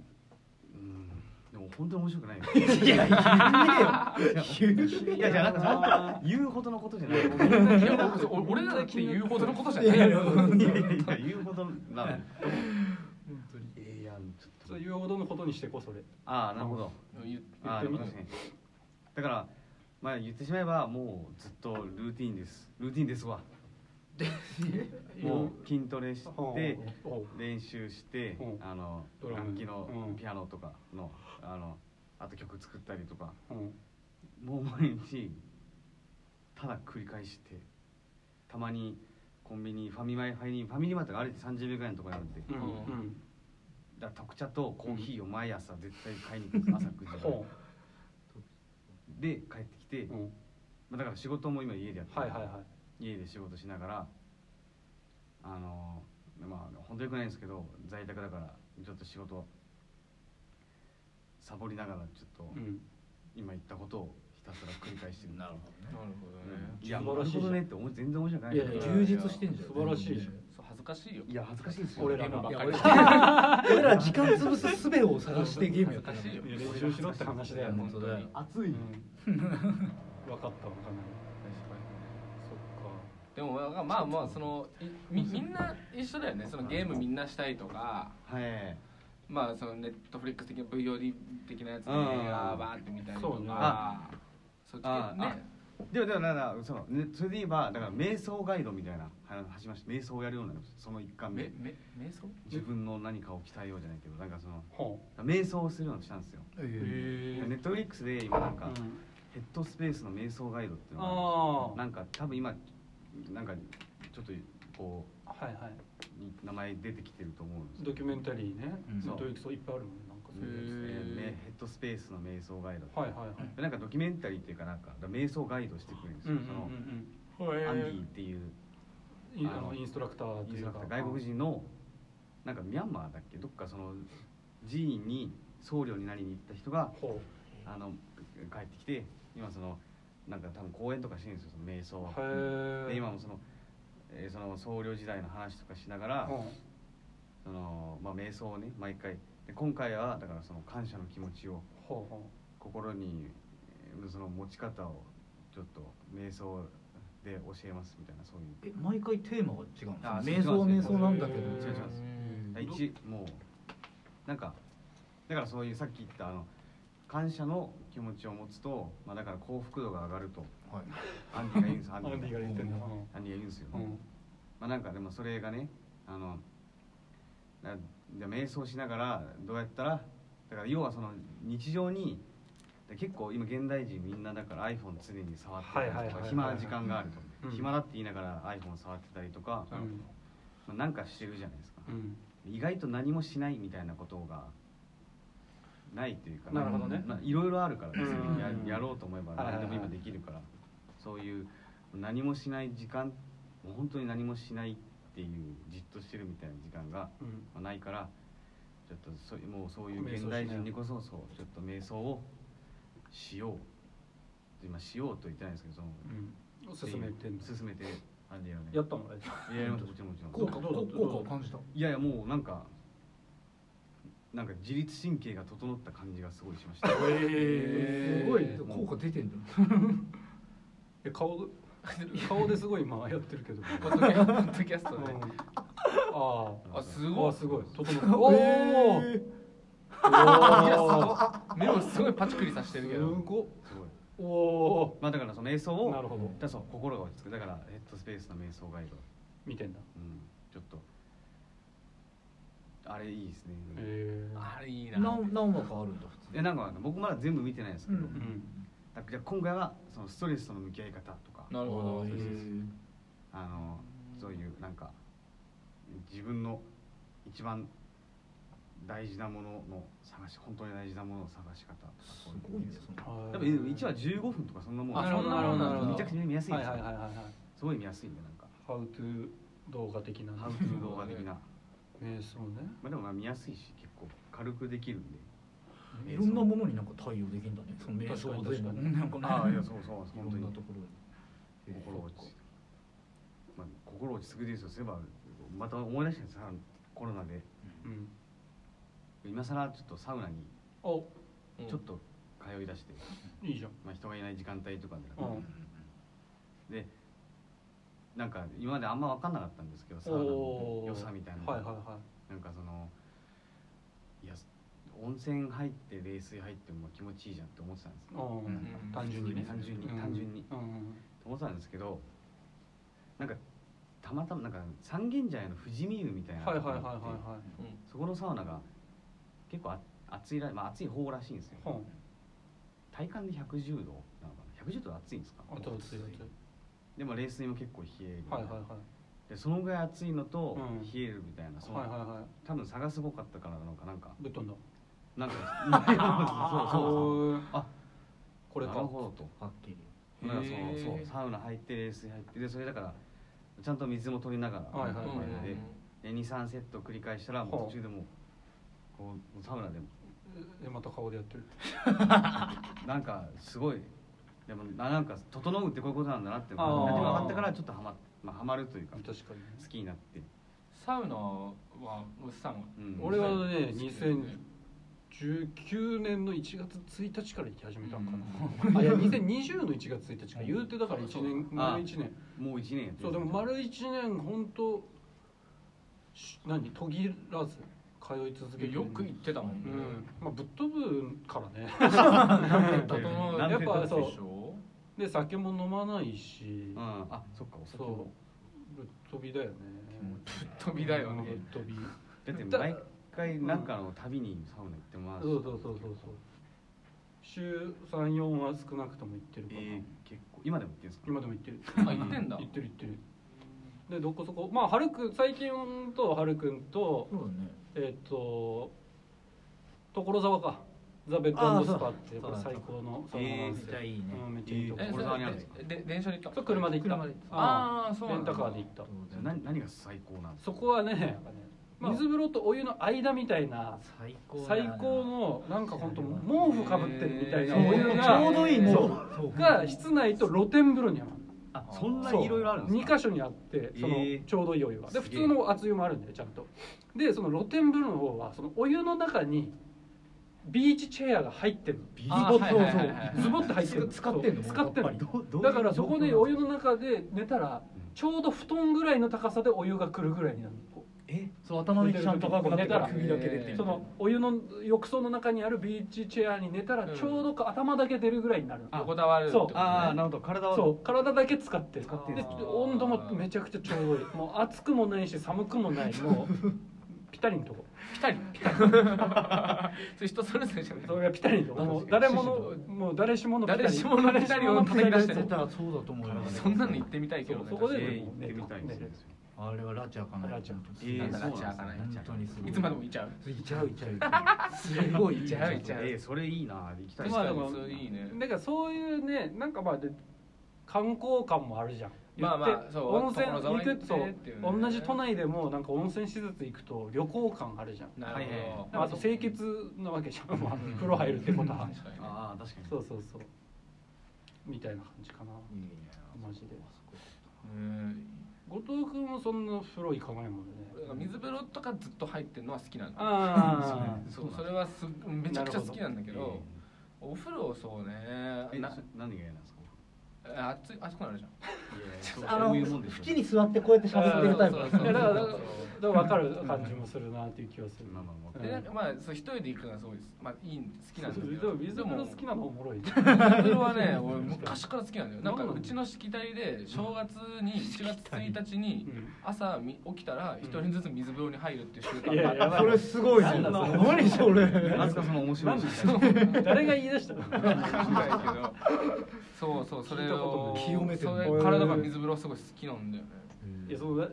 Speaker 4: うんでも本当に面白くないよ
Speaker 5: いや言えよ言えよ
Speaker 4: いやじゃあなんかなんか 言うほどのことじゃ ないよい
Speaker 1: いや僕そう俺らだって言うほどのことじゃない
Speaker 5: いやいや
Speaker 4: やいやいや言うほどな
Speaker 5: 本当に
Speaker 4: えいやちょっと
Speaker 3: そういうほどのことにしてこそれ
Speaker 4: ああなるほど
Speaker 1: 言
Speaker 4: ああ
Speaker 1: って
Speaker 4: で
Speaker 1: み
Speaker 4: も
Speaker 1: て
Speaker 4: 確かにだからまあ言ってしまえばもうずっとルーティンですルーティンですわもう筋トレして
Speaker 3: おう
Speaker 4: 練習して
Speaker 3: うん
Speaker 4: あの
Speaker 3: ドラム
Speaker 4: 楽器の
Speaker 3: うん
Speaker 4: ピアノとかのあのあと曲作ったりとか
Speaker 3: うん
Speaker 4: もう毎日ただ繰り返してたまにコンビニファミマ入りファミリーマートが歩いて30秒ぐらいのところにあるんで
Speaker 3: うん
Speaker 4: だか
Speaker 3: うん
Speaker 4: ら特茶とコーヒーを毎朝絶対買いに行くんです朝9時
Speaker 3: ほ
Speaker 4: で帰ってきて
Speaker 3: ううん
Speaker 4: まあだから仕事も今家でやってる
Speaker 3: はいはいは
Speaker 4: 家で仕事しながらあのまあ本当よくないんですけど在宅だからちょっと仕事サボりながらちょっと
Speaker 3: いうん
Speaker 4: 今言ったことをひたすら繰り返してる
Speaker 5: なるほどね
Speaker 1: なるほどね
Speaker 4: いや
Speaker 3: 素晴
Speaker 4: な
Speaker 3: ら
Speaker 4: る
Speaker 3: しいじ
Speaker 4: ほ
Speaker 3: ゃん
Speaker 4: どねって思う全然面白くない
Speaker 5: いやいや
Speaker 1: や
Speaker 5: 充実してんじゃん
Speaker 3: 素晴らしいじゃん
Speaker 1: そう恥ずかしいよ
Speaker 4: いや恥ずかしいですよ
Speaker 3: 俺
Speaker 1: ら
Speaker 3: ら
Speaker 1: の
Speaker 5: いや
Speaker 1: ばっかり
Speaker 5: 俺俺ら時間潰す術を探してゲームやった
Speaker 1: 恥ずかしいよ
Speaker 3: いや練習しろって話だよ
Speaker 5: 本
Speaker 1: 本
Speaker 5: 当
Speaker 1: 当
Speaker 5: だ
Speaker 1: だ
Speaker 5: よ
Speaker 1: よ
Speaker 4: 暑
Speaker 3: う
Speaker 4: い
Speaker 3: ん分かったわかんないそっか
Speaker 1: でもなんかまあまあそのいみみんな一緒だよねそのゲームみんなしたいとか
Speaker 4: はい
Speaker 1: まあそのネットフリックス的な VOD 的なやつで映
Speaker 4: う
Speaker 1: 画
Speaker 4: ん
Speaker 1: バーって見たりと
Speaker 3: そうね
Speaker 1: かそっち
Speaker 4: あ
Speaker 1: 系ね
Speaker 4: でもでもなんかそうねそれで言えばだから瞑想ガイドみたいな話しました瞑想をやるようになるその一環
Speaker 1: め
Speaker 4: で
Speaker 1: め瞑想
Speaker 4: 自分の何かを鍛えようじゃないけどなんかその
Speaker 3: ほ
Speaker 4: 瞑想をするようにしたんですよ
Speaker 5: え
Speaker 3: う
Speaker 5: え
Speaker 3: へ
Speaker 4: ネットフリックスで今なんか、
Speaker 3: うん
Speaker 4: ヘッドスペースの瞑想ガイドっていうの
Speaker 3: あ
Speaker 4: が
Speaker 3: あ
Speaker 4: なんか多分今なんかちょっとこ
Speaker 3: はいはいう
Speaker 4: 名前出てきてると思うんです
Speaker 3: ドキュメンタリーね
Speaker 5: うん
Speaker 3: ネットフリックスいっぱいあるもんねなんかそう
Speaker 4: え
Speaker 3: いう
Speaker 4: ー
Speaker 1: へー
Speaker 4: ねヘッドスペースの瞑想ガイドって
Speaker 3: はいはいはい
Speaker 4: なんかドキュメンタリーっていうかなんか瞑想ガイドしてくれるんです
Speaker 3: うん
Speaker 4: よ、
Speaker 3: うん
Speaker 4: そのアンディ
Speaker 1: へ
Speaker 4: っていう
Speaker 3: うんうんいあ
Speaker 4: あ
Speaker 3: の
Speaker 4: の
Speaker 3: インストラクター
Speaker 4: イ
Speaker 3: と
Speaker 4: ンス
Speaker 3: い
Speaker 4: トラ
Speaker 3: うか
Speaker 4: クター外国人のなんかミャンマーだっけどっかその寺院に僧侶になりに行った人が
Speaker 3: ほ
Speaker 4: あの帰ってきて今そのなんか多分講演とかしてるんですよその瞑想
Speaker 3: う
Speaker 4: を
Speaker 3: へ
Speaker 4: で
Speaker 3: え
Speaker 4: 今もその,、えーその僧侶時代の話とかしながら、そのまあ、瞑想をね毎回で今回はだからその感謝の気持ちを
Speaker 3: ほうほ
Speaker 4: 心にえーその持ち方をちょっと瞑想で教えますみたいなそういう
Speaker 5: え毎回テーマが違うん
Speaker 4: あ
Speaker 5: ですか
Speaker 4: そう違うん
Speaker 5: 瞑
Speaker 4: で
Speaker 5: 想
Speaker 4: す
Speaker 5: 瞑
Speaker 4: よ
Speaker 5: 想なんだけど
Speaker 3: へー
Speaker 4: 違う違
Speaker 1: え
Speaker 4: う一もうなんかだからそういうさっき言ったあの感謝の気持ちを持つと、まあ、だから幸福度が上がると
Speaker 5: はい
Speaker 4: アンディが言うんですよア
Speaker 3: うア
Speaker 4: ンディ
Speaker 3: ンディが
Speaker 4: が
Speaker 3: 言ってんだ
Speaker 4: アンディが言うんですよ、
Speaker 3: うん
Speaker 4: まあ、なんかでもそれがねあのなで瞑想しながらどうやったらだから要はその日常にで結構今現代人みんなだから iPhone 常に触ってたりとか、
Speaker 3: はいはいはいはい
Speaker 4: 暇な時間があると、
Speaker 3: うん
Speaker 4: 暇だって言いながら iPhone 触ってたりとか、
Speaker 3: うん
Speaker 4: まあ、なんかしてるじゃないですか、
Speaker 3: うん
Speaker 4: 意外と何もしないみたいなことがないというか
Speaker 3: なるほどね
Speaker 4: まあ、いろいろあるからですね
Speaker 3: うん
Speaker 4: ややろうと思えば
Speaker 3: はいはい
Speaker 4: 何
Speaker 3: はい
Speaker 4: でも今できるから、そういう何もしない時間もう本当に何もしないっていうじっとしてるみたいな時間が
Speaker 3: うん
Speaker 4: まあないからちょっとそうもうそういう
Speaker 3: 瞑想し
Speaker 4: 現
Speaker 3: な
Speaker 4: 代
Speaker 3: い
Speaker 4: 人にこそそうちょっと瞑想をしよう今しようと言ってないんですけどその
Speaker 3: うんおすすめってんだ
Speaker 4: 進めてアンディのね
Speaker 3: やったのあれ
Speaker 4: いやいやもちろんもちろん
Speaker 5: 効果
Speaker 3: どうだ
Speaker 5: 効効果を感じた
Speaker 4: いやいやもうなんかなんか自律神経が整った感じがすごいしました
Speaker 3: へ
Speaker 5: すごい効果出てんだ
Speaker 3: え顔 で顔ですごい今やってるけど
Speaker 1: ポッドキャポッドキャストで
Speaker 3: ああ
Speaker 1: あす
Speaker 3: ー
Speaker 1: ご
Speaker 3: あ
Speaker 1: い
Speaker 3: すごい整ったおお
Speaker 1: 目をすごいパチクリさして
Speaker 3: す
Speaker 1: るけど
Speaker 3: ごっ
Speaker 4: すごい
Speaker 3: おお
Speaker 4: まあだからその瞑想を
Speaker 3: なるほど
Speaker 4: だからそう心が落ち着くだからヘッドスペースの瞑想ガイド、
Speaker 3: 見てんだ
Speaker 4: うん、ちょっとあれいいですね
Speaker 3: へえ
Speaker 1: あれいいな
Speaker 5: 何何話かあるんだ普通
Speaker 4: えなんか僕まだ全部見てないんですけど、
Speaker 5: うん
Speaker 3: うん
Speaker 4: だからじゃあ今回はそのストレスとの向き合い方とか
Speaker 1: なるほど
Speaker 5: あ
Speaker 1: そ
Speaker 5: ー
Speaker 1: うそうそう
Speaker 4: あのそういうなんか自分の一番大事なものの探し本当に大事なものの探し方とか
Speaker 5: す
Speaker 4: そうう
Speaker 5: ごいねその
Speaker 4: 多分1話15分とかそんなもん
Speaker 3: あなるほどなるほどなるほど
Speaker 4: めちゃくちゃ見やすいん
Speaker 3: は
Speaker 4: で
Speaker 3: い
Speaker 4: す
Speaker 3: は
Speaker 4: よ、
Speaker 3: いはいはいはい
Speaker 4: すごい見やすいんでなんか
Speaker 3: ハウトゥー動画的なね
Speaker 4: ハウトゥー動画的な
Speaker 3: 瞑想ね
Speaker 4: まあでもまあ見やすいし結構軽くできるんで
Speaker 5: いろんなものになんか対応できるんだねその瞑想
Speaker 3: 確かに
Speaker 5: 全
Speaker 3: 確
Speaker 5: 部
Speaker 3: か
Speaker 5: なん
Speaker 4: ああ
Speaker 5: かね
Speaker 4: いやそうそう
Speaker 5: い
Speaker 4: 本
Speaker 5: ろ
Speaker 4: 当
Speaker 5: ん
Speaker 4: に
Speaker 5: なところに
Speaker 4: 心落ち着く、まあ、心落ち着くですよそういえばまた思い出したんですよコロナで
Speaker 3: うん
Speaker 4: 今更ちょっとサウナに
Speaker 1: う
Speaker 3: お
Speaker 1: ん
Speaker 4: ちょっと通い出して、
Speaker 3: いいじゃん
Speaker 4: まあ、人がいない時間帯とかで,、
Speaker 3: うん
Speaker 4: でなんか今まであんま分かんなかったんですけどサウナの
Speaker 3: おー
Speaker 4: 良さみたいな、
Speaker 3: はいはいは
Speaker 4: なんかそのいや温泉入って冷水入っても気持ちいいじゃんって思ってたんです
Speaker 3: いうん
Speaker 5: うん
Speaker 3: 単純にね
Speaker 4: 単純に
Speaker 3: うん
Speaker 4: 単純に、
Speaker 3: うん
Speaker 4: 思ってたんですけどなんかたまたまなんか三軒茶屋の富士見湯みたいな
Speaker 3: はいはい
Speaker 4: とこ
Speaker 3: はい
Speaker 4: があ
Speaker 3: は
Speaker 4: って
Speaker 3: いは
Speaker 4: そこのサウナが結構あ暑いら、まあ、暑い方らしいんですよ
Speaker 3: いほ
Speaker 4: 体感で110度なのかな110度暑いんですか
Speaker 3: んあとついて
Speaker 4: でも冷水も結構冷えるみた
Speaker 3: はいい
Speaker 4: な、
Speaker 3: はいはい
Speaker 4: でそのぐらい暑いのと
Speaker 3: うん
Speaker 4: 冷えるみたいな、その
Speaker 3: はいはいは
Speaker 4: 多分差がすごかったからなのかなんか
Speaker 3: いぶっ飛んだ
Speaker 4: なんかそうそうそう
Speaker 3: おー
Speaker 4: あ
Speaker 3: これか
Speaker 4: なるほどと
Speaker 5: はっきり
Speaker 1: へー
Speaker 4: だからそうそうサウナ入って冷水入ってでそれだからちゃんと水も取りながら、
Speaker 3: はいはい
Speaker 1: うんうんうん
Speaker 4: でで23セット繰り返したらもう途中でもうこうサウナでも
Speaker 3: えまた顔でやってる
Speaker 4: なんかすごいでもななんか整うってこういうことなんだなって
Speaker 3: あー
Speaker 4: 何も分かったからちょっとはま,、まあ、はまるというか
Speaker 3: 確
Speaker 4: 好
Speaker 3: かにね
Speaker 4: きになって、
Speaker 1: サウナはムスさんは
Speaker 4: うん
Speaker 3: 俺は
Speaker 1: 好
Speaker 3: ね
Speaker 1: きだよね
Speaker 3: 2019年の1月1日から行き始めたんか
Speaker 1: うん
Speaker 3: なあいや2020の1月1日か言うてだから1年
Speaker 1: そう
Speaker 4: だ
Speaker 3: 丸1年
Speaker 4: もう1年やって
Speaker 3: そうでも丸1年本当し何途切らず通い続けて
Speaker 1: よく行ってたもん
Speaker 3: う
Speaker 1: ね、
Speaker 3: んまあぶっ飛ぶからね
Speaker 1: 整う
Speaker 4: なん
Speaker 1: や
Speaker 4: て
Speaker 1: っ
Speaker 4: 言った
Speaker 1: ぱ
Speaker 4: ら
Speaker 1: そう
Speaker 3: でしで酒も飲まないし
Speaker 4: うんあそっかお酒も
Speaker 3: そうぶっ飛びだよね
Speaker 1: 飛びだよね
Speaker 3: ぶっ飛び
Speaker 4: だって
Speaker 3: だ
Speaker 4: 毎回なんかの旅にサウナ行ってます
Speaker 3: そうそうそうそうそう週34は少なくとも行ってるかな、
Speaker 4: えー、結構今でも行ってるんですか
Speaker 3: 今でも行ってる
Speaker 1: あ行ってんだ
Speaker 3: 行ってる行ってるでどこそこまあはるくん最近とはるくんと
Speaker 5: そうだね
Speaker 3: えっ、と所沢かザ・ベッドスパって
Speaker 5: あーそうだ
Speaker 3: これ最高のサウナなんですよ
Speaker 5: めっちゃいいね
Speaker 3: うんめっちゃいいとこ
Speaker 1: えそ
Speaker 4: 俺
Speaker 1: れ
Speaker 4: 沢にあるんです
Speaker 1: でで電車で行った
Speaker 3: そう車で行った
Speaker 5: 車で行った
Speaker 1: ああそう
Speaker 3: レ
Speaker 1: なん
Speaker 3: ン
Speaker 1: だ
Speaker 3: タカーで行った
Speaker 4: じゃあ何何が最高なんです
Speaker 3: そこはね
Speaker 1: まあ
Speaker 3: 水風呂とお湯の間みたいな
Speaker 5: 最高だ
Speaker 3: 最
Speaker 5: な
Speaker 3: 高のなんか本当毛布かぶってるみたいなお湯
Speaker 1: へー
Speaker 3: が
Speaker 5: ちょうどいいね
Speaker 3: そう
Speaker 5: そう
Speaker 3: が室内と露天風呂には
Speaker 4: か
Speaker 1: あ
Speaker 4: あそんなにいろいろあるんです
Speaker 3: 2
Speaker 4: か
Speaker 3: 箇所にあってその
Speaker 4: えー
Speaker 3: ちょうどいいお湯がで普
Speaker 4: すげえ
Speaker 3: 通の熱湯もあるんだよちゃんとでその露天風呂の方はそのお湯の中にビーチチェアが入ってる
Speaker 4: ビ
Speaker 1: あ
Speaker 3: ズボッ
Speaker 1: はい
Speaker 3: と
Speaker 1: はいはいはい
Speaker 3: そうズボッと入ってる
Speaker 5: 使ってんの
Speaker 3: そう使ってん
Speaker 5: やっ
Speaker 3: の
Speaker 4: どうどういう
Speaker 3: だからそこでお湯の中で寝たら
Speaker 4: うん
Speaker 3: ちょうど布団ぐらいの高さでお湯が来るぐらいになるこう
Speaker 5: えそう頭の位置ちゃんと高くなってか
Speaker 1: たら
Speaker 3: 寝
Speaker 5: ら首だけ出て
Speaker 1: えー
Speaker 5: る
Speaker 3: そのお湯の浴槽の中にあるビーチチェアに寝たら
Speaker 1: うん
Speaker 3: ちょうどこう頭だけ出るぐらいになるの
Speaker 1: 横たわるってことね
Speaker 4: ああなるほど体は
Speaker 3: そう体だけ使ってる
Speaker 4: 使ってる
Speaker 3: で
Speaker 4: あ
Speaker 1: ー
Speaker 3: 温度もめちゃくちゃちょうどいいもう暑くもないし寒く もないもうぴったりのとこ
Speaker 1: ピタリピ タリそれ人それぞれじゃない
Speaker 3: それがぴったりのとこもう誰ものもう誰しもの
Speaker 1: 誰しものぴたりを叩き出して
Speaker 5: 出
Speaker 1: る
Speaker 5: たらそうだと思うよ
Speaker 1: そんなの行ってみたいけどね
Speaker 3: そうそこ
Speaker 4: え
Speaker 3: で
Speaker 4: ー行ってみたいですね
Speaker 5: あれは拉致開かない
Speaker 3: 拉致開
Speaker 1: な
Speaker 4: ない
Speaker 3: か
Speaker 1: んだ
Speaker 4: えー
Speaker 1: ラチ開かない
Speaker 5: 本当にすごい
Speaker 1: いつまでも行っちゃう
Speaker 5: いちゃういちゃういちゃうすごいいちゃういちゃ
Speaker 1: じゃあ
Speaker 4: えーそれいいな行きたい
Speaker 1: 確
Speaker 4: です
Speaker 3: まあ
Speaker 1: かに
Speaker 3: でも
Speaker 1: それいいね
Speaker 3: だからそういうねなんかまあで観光感もあるじゃん
Speaker 1: まあまあ
Speaker 3: 言って
Speaker 1: そう
Speaker 3: 温泉
Speaker 1: 所沢
Speaker 3: 行
Speaker 1: に行
Speaker 3: く
Speaker 1: って
Speaker 3: と
Speaker 1: っていうね
Speaker 3: 同じ都内でもなんか温泉施設行くと旅行感あるじゃん
Speaker 1: なる
Speaker 4: はい
Speaker 1: ほど、
Speaker 3: あと清潔なわけじゃん、まあ、風呂入るってことは
Speaker 1: 確かにね
Speaker 4: ああ確かに
Speaker 3: そうそうそうみたいな感じかなマジで
Speaker 1: うん
Speaker 3: 後藤君もそんな風呂行かないもんね
Speaker 1: 俺が水風呂とかずっと入ってるのは好きなんだ
Speaker 3: ああ
Speaker 1: そうそれはすっめちゃくちゃ好きなんだけ
Speaker 4: え
Speaker 1: どお風呂そうね
Speaker 4: ーえ
Speaker 1: な
Speaker 4: そ何が嫌なんですか
Speaker 1: あ熱い熱くなるじゃん
Speaker 4: い
Speaker 5: あの
Speaker 4: そういうもんですよ
Speaker 5: 縁に座ってこうやってしゃべってるタイプ
Speaker 1: そうそう
Speaker 3: いやだからだ
Speaker 1: そう
Speaker 3: から分かる感じもするなっていう気はする
Speaker 4: まあまあまあ
Speaker 3: うん
Speaker 1: でなんかまあそう一人で行くのはすごいですまあいいん好きなんだけ
Speaker 3: で
Speaker 1: ど
Speaker 3: も水風呂好きなのおもろいね
Speaker 1: 水風呂は ね俺昔から好きなんだよなんか
Speaker 3: なんなの
Speaker 1: うちのしきたりで正月に1月1日に朝み起きたら一人ずつ水風呂に入るっていう習
Speaker 3: いや
Speaker 1: 慣
Speaker 3: い
Speaker 1: が
Speaker 3: や
Speaker 1: あっ
Speaker 3: ば
Speaker 5: それすごいね
Speaker 3: なんだそれ
Speaker 5: 何それ
Speaker 4: あつかその面白い人みたいな
Speaker 3: 誰が言い出したの
Speaker 1: たんだけどそうそうそれを
Speaker 5: 聞いたことない清
Speaker 1: そ
Speaker 5: めて
Speaker 1: れ
Speaker 5: る
Speaker 1: 体が水風呂すごい好きなんだよね
Speaker 3: いやその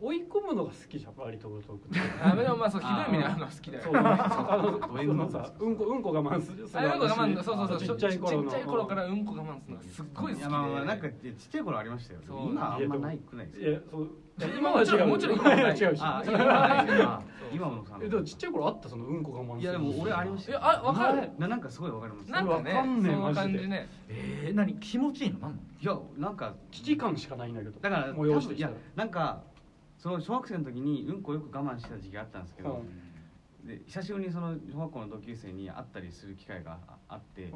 Speaker 3: 追い込むのが好きじゃん割と後藤君
Speaker 1: あでもまあそうひどい目にあるのは好きだよ
Speaker 3: そうあの
Speaker 4: どうい
Speaker 3: そうの
Speaker 4: の
Speaker 3: さうんこうんこ我慢する
Speaker 1: あれうんこ我慢そうそうそう
Speaker 3: ちっちゃい頃の
Speaker 1: ちっちゃい頃からうんこ我慢するのがすっごい好き
Speaker 4: い
Speaker 1: で
Speaker 4: やまあまあなんかちっちゃい頃ありましたよ
Speaker 1: そう
Speaker 4: 今あんまないくないです
Speaker 3: い
Speaker 4: か
Speaker 3: やそう
Speaker 1: 今
Speaker 3: 今
Speaker 1: は
Speaker 3: は
Speaker 1: 違
Speaker 3: 違
Speaker 1: う
Speaker 3: う
Speaker 1: もちろん
Speaker 3: 今
Speaker 1: 今は
Speaker 3: は
Speaker 1: ない
Speaker 3: 違 うし
Speaker 4: あ
Speaker 1: 今はないけど
Speaker 4: あ今もさ
Speaker 3: えでもちっちゃい頃あったそのうんこ我慢する
Speaker 4: いやでも俺ありましたよ
Speaker 1: いやあわかる
Speaker 4: ななんかすごいわかります
Speaker 1: なんかね
Speaker 3: わかんねえ
Speaker 1: その
Speaker 3: マジで
Speaker 1: 感じね
Speaker 5: えー何気持ちいいのなん
Speaker 4: いやなんか
Speaker 3: 危機感しかないんだけど
Speaker 4: だから
Speaker 3: 催し
Speaker 4: 多分い
Speaker 3: てきた
Speaker 4: や
Speaker 3: ら
Speaker 4: なんかその小学生の時にうんこよく我慢してた時期があったんですけど、
Speaker 3: う
Speaker 4: で久しぶりにその小学校の同級生に会ったりする機会がああって、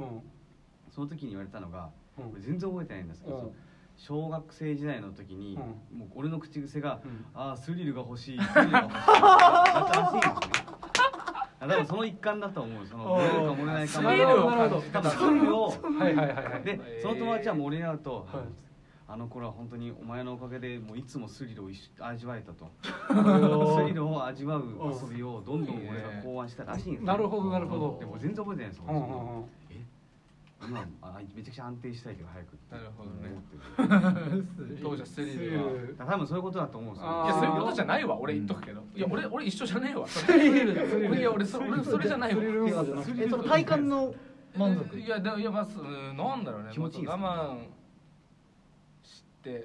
Speaker 4: その時に言われたのが
Speaker 3: うんうん
Speaker 4: これ全然覚えてないんですけど、
Speaker 3: うん
Speaker 4: 小学生時代の時に、もう俺の口癖が
Speaker 3: うん
Speaker 4: 「ああスリルが欲しいスリルが欲しい」だったらしいん ですね。あ多分その一環だと思うその
Speaker 3: おー
Speaker 4: 漏れるか漏れないか
Speaker 3: スリルを
Speaker 4: 多分それを
Speaker 3: はいはいはいはい
Speaker 4: で
Speaker 1: えー
Speaker 4: その友達はもう俺になると、
Speaker 3: はい
Speaker 4: あの頃は本当にお前のおかげでもういつもスリルを一緒味わえたと
Speaker 3: おー
Speaker 4: スリルを味わう遊びをどんどん俺が考案したらしいんですね
Speaker 3: なるほどなるほど
Speaker 4: でも全然覚えてないんですよ、
Speaker 3: うんうんうん
Speaker 4: え今あめちゃくちゃ安定したいけど早くって
Speaker 1: なるほどね
Speaker 4: 思ってる
Speaker 1: 当時はスリルは
Speaker 3: スリル
Speaker 4: だから多分そういうことだと思うんですよ
Speaker 3: あー
Speaker 1: いやそういうことじゃないわ俺言っとくけど、いや俺俺一緒じゃねえわそれいや俺そ俺それじゃないわ
Speaker 3: スリル運動じゃなくて
Speaker 6: えその体感の満足
Speaker 1: いやでもいやまずなんだろうね
Speaker 4: 気持ちいいですか
Speaker 1: 我慢して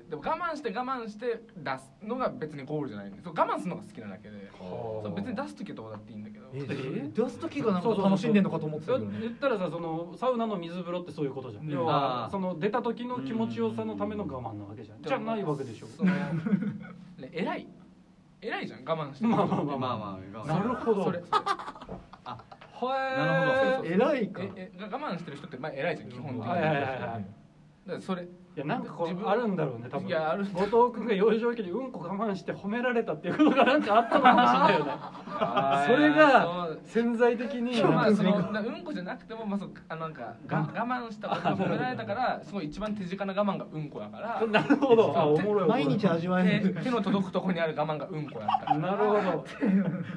Speaker 1: でも我慢して我慢して出すのが別にゴールじゃないんでそう我慢するのが好きなだけでそう別に出す時はどうだっていいんだけど、
Speaker 6: 出す時がなんか楽しんでんのかと思ってたけど
Speaker 3: そう
Speaker 6: ね
Speaker 3: 言ったらさそのサウナの水風呂ってそういうことじゃん、要
Speaker 4: あ
Speaker 3: は
Speaker 4: ー
Speaker 3: その出た時の気持ちよさのための我慢なわけじゃん、
Speaker 1: ん
Speaker 3: じゃないわけでしょ
Speaker 1: そのね偉い偉いじゃん我慢して
Speaker 3: まあま
Speaker 4: ま
Speaker 3: あま
Speaker 4: あま
Speaker 3: あま
Speaker 4: あ
Speaker 3: あ、
Speaker 4: まあ
Speaker 3: なるほど
Speaker 1: それ
Speaker 4: なる
Speaker 3: は
Speaker 4: ほ
Speaker 3: い
Speaker 1: ど
Speaker 6: 偉いか
Speaker 1: ええが我慢してる人ってまあ偉いじゃん基本的に
Speaker 3: はいはいはい
Speaker 1: だか
Speaker 3: はい
Speaker 1: らそれ
Speaker 3: いやなんかこ
Speaker 1: 自
Speaker 3: う
Speaker 1: 分
Speaker 3: あるんだろうね多分
Speaker 1: いやある
Speaker 3: 後藤君が幼少期にうんこ我慢して褒められたっていうことがなんかあったのかもしれないよね
Speaker 4: あー
Speaker 3: それ
Speaker 1: そ
Speaker 3: が
Speaker 1: う
Speaker 3: 潜在的に
Speaker 1: まあそのなうんこじゃなくてもまあそうあなんかが我慢した ことが褒められたからすごい一番手近な我慢がうんこだから
Speaker 3: なるほどあおもろいおもろい
Speaker 6: 毎日味わえ
Speaker 1: 手
Speaker 6: る
Speaker 1: 手の届くとこにある我慢がうんこやったから
Speaker 3: なるほど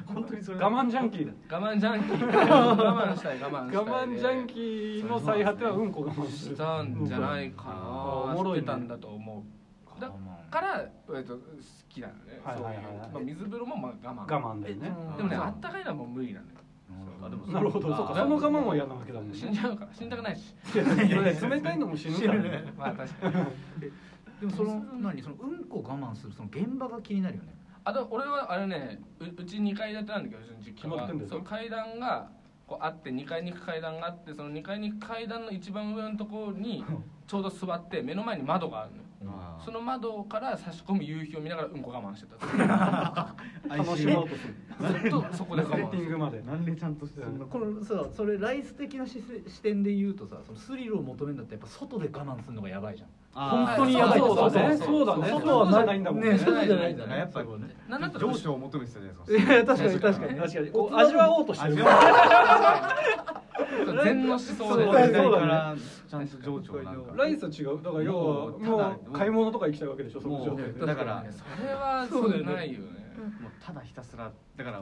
Speaker 4: 本当にそれ
Speaker 3: 我慢ジャンキーだ
Speaker 1: 我慢ジャンキ ー我慢したい我慢したい
Speaker 3: 我慢ジャンキーの最果てはうんこ我慢す
Speaker 1: し
Speaker 3: る
Speaker 1: たんじゃないか
Speaker 3: う
Speaker 1: な
Speaker 3: んおもろいね
Speaker 1: してたんだと思うだから、えっと、好きなのね、
Speaker 3: はいはいはい
Speaker 1: そういう、まあ、水風呂もまあ我慢
Speaker 3: 我慢だよね
Speaker 1: でもね
Speaker 4: うん
Speaker 1: あったかいのはもう無理なのよ
Speaker 4: あでも
Speaker 3: なるほどそうかその我慢は嫌なわけだもん
Speaker 1: 死んじ
Speaker 3: ね
Speaker 1: ゃうから死んだくない し
Speaker 3: それ冷たいのも死ぬからね
Speaker 1: まあ確かに
Speaker 6: でもその何そのうんこ我慢するその現場が気になるよね
Speaker 1: あと俺はあれねううち2階建てなんだけどうちの実家
Speaker 3: 決まっ
Speaker 1: は
Speaker 3: てんだよ
Speaker 1: そう階段がこうあって2階に行く階段があってその2階に行く階段の一番上のところ にちょうど座って目の前に窓があるのよ
Speaker 4: あー
Speaker 1: その窓から差し込む夕日を見ながらうんこ我慢してた
Speaker 3: 楽しもうとする
Speaker 1: ずっとそこで我
Speaker 3: セッ
Speaker 1: 慢
Speaker 3: ティングまで
Speaker 4: なんでちゃんとしてそんな
Speaker 6: このさそれライス的な視視点で言うとさそのスリルを求めるんだったらやっぱ外で我慢するのがやばいじゃん本
Speaker 4: あー
Speaker 6: 当にやばい
Speaker 3: そう
Speaker 1: そう
Speaker 3: だ
Speaker 1: そう
Speaker 3: ね
Speaker 1: そう
Speaker 3: そうだね
Speaker 6: 外は
Speaker 3: 外じゃないんだもんね
Speaker 6: ね外じゃないんだね
Speaker 4: やっぱり
Speaker 1: なんだったら
Speaker 4: 上昇を求めてたじゃない
Speaker 6: い
Speaker 4: ですか
Speaker 6: や確かに確かに
Speaker 3: 確かにこう味わおうとしてる
Speaker 4: 味わ
Speaker 1: 禅の思
Speaker 4: う
Speaker 1: 想
Speaker 4: そう
Speaker 1: で
Speaker 4: そうか
Speaker 3: だね
Speaker 4: らちゃんと情緒をなんか
Speaker 3: ライスは違うだから要は
Speaker 4: もうただ
Speaker 3: もう買い物とか行きたいわけでしょその
Speaker 4: も
Speaker 3: 状態
Speaker 4: うだから
Speaker 1: それはそうじゃないよね
Speaker 4: もうただひたすらだから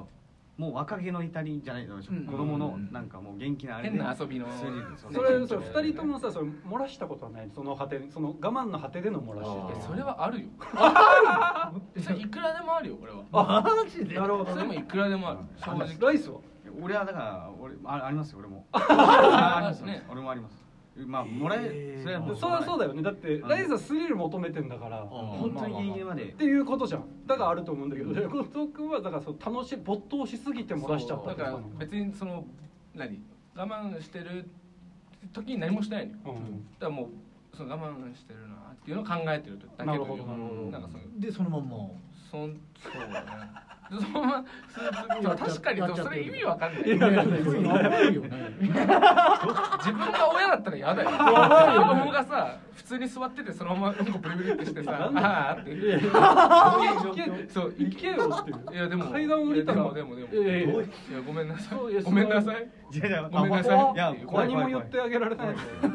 Speaker 4: もう若気の至りじゃないの子
Speaker 1: うん
Speaker 4: 供のなんかもう元気なあれ
Speaker 1: 変
Speaker 4: で
Speaker 1: な遊びの
Speaker 4: スリルそう
Speaker 3: それそう2人ともさそれ漏らしたことはないその果てその我慢の果てでの漏らし
Speaker 1: いや
Speaker 3: っ
Speaker 1: それはあるよ それいくらでもあるよ俺は
Speaker 6: マジ
Speaker 3: て
Speaker 6: で
Speaker 3: なるほど
Speaker 1: それも
Speaker 3: ね
Speaker 1: いくらでもある正
Speaker 3: あ
Speaker 1: 直
Speaker 3: ライスは
Speaker 4: 俺はだから俺あありますよ俺もあありますよ
Speaker 1: ね
Speaker 4: 俺もありますまあもらえそれはもう
Speaker 3: そうそう
Speaker 4: だ
Speaker 3: だよねだってライスはスリル求めてんだから
Speaker 4: 本当にギリギリまで
Speaker 3: っていうことじゃんだからあると思うんだけど後藤君はだからその楽しい没頭しすぎて漏らしちゃった
Speaker 1: だ
Speaker 3: って
Speaker 1: か
Speaker 3: ことな
Speaker 1: ら
Speaker 3: の
Speaker 1: 別にその何我慢してる時に何もしてないのよ
Speaker 3: う
Speaker 1: だ
Speaker 3: ん
Speaker 1: からもうその我慢してるなっていうのを考えてるだけだ
Speaker 3: な
Speaker 1: け
Speaker 3: る
Speaker 1: ど
Speaker 3: ほどなるほど
Speaker 1: なんかその
Speaker 6: でそのまんま
Speaker 1: そんそうだねでそのままスーツ確かにでもそれ意味わかんない
Speaker 3: いやいやいや
Speaker 6: すごいやばい よね
Speaker 1: 自分が親だったら嫌だよ子供がさ普通に座っててそのままうんこブリブリってしてさああって
Speaker 3: いやいや
Speaker 1: いやそう
Speaker 3: 行けよっていう
Speaker 1: いやでも
Speaker 3: 階段降りたら
Speaker 1: いやでもでもでも
Speaker 3: いやいやいや
Speaker 1: いやごめんなさ
Speaker 3: そうい
Speaker 1: い
Speaker 3: や
Speaker 1: ごめんなさい
Speaker 4: いやいや
Speaker 1: ごめんなさい
Speaker 4: あいや怖い
Speaker 3: 何も言ってあげられない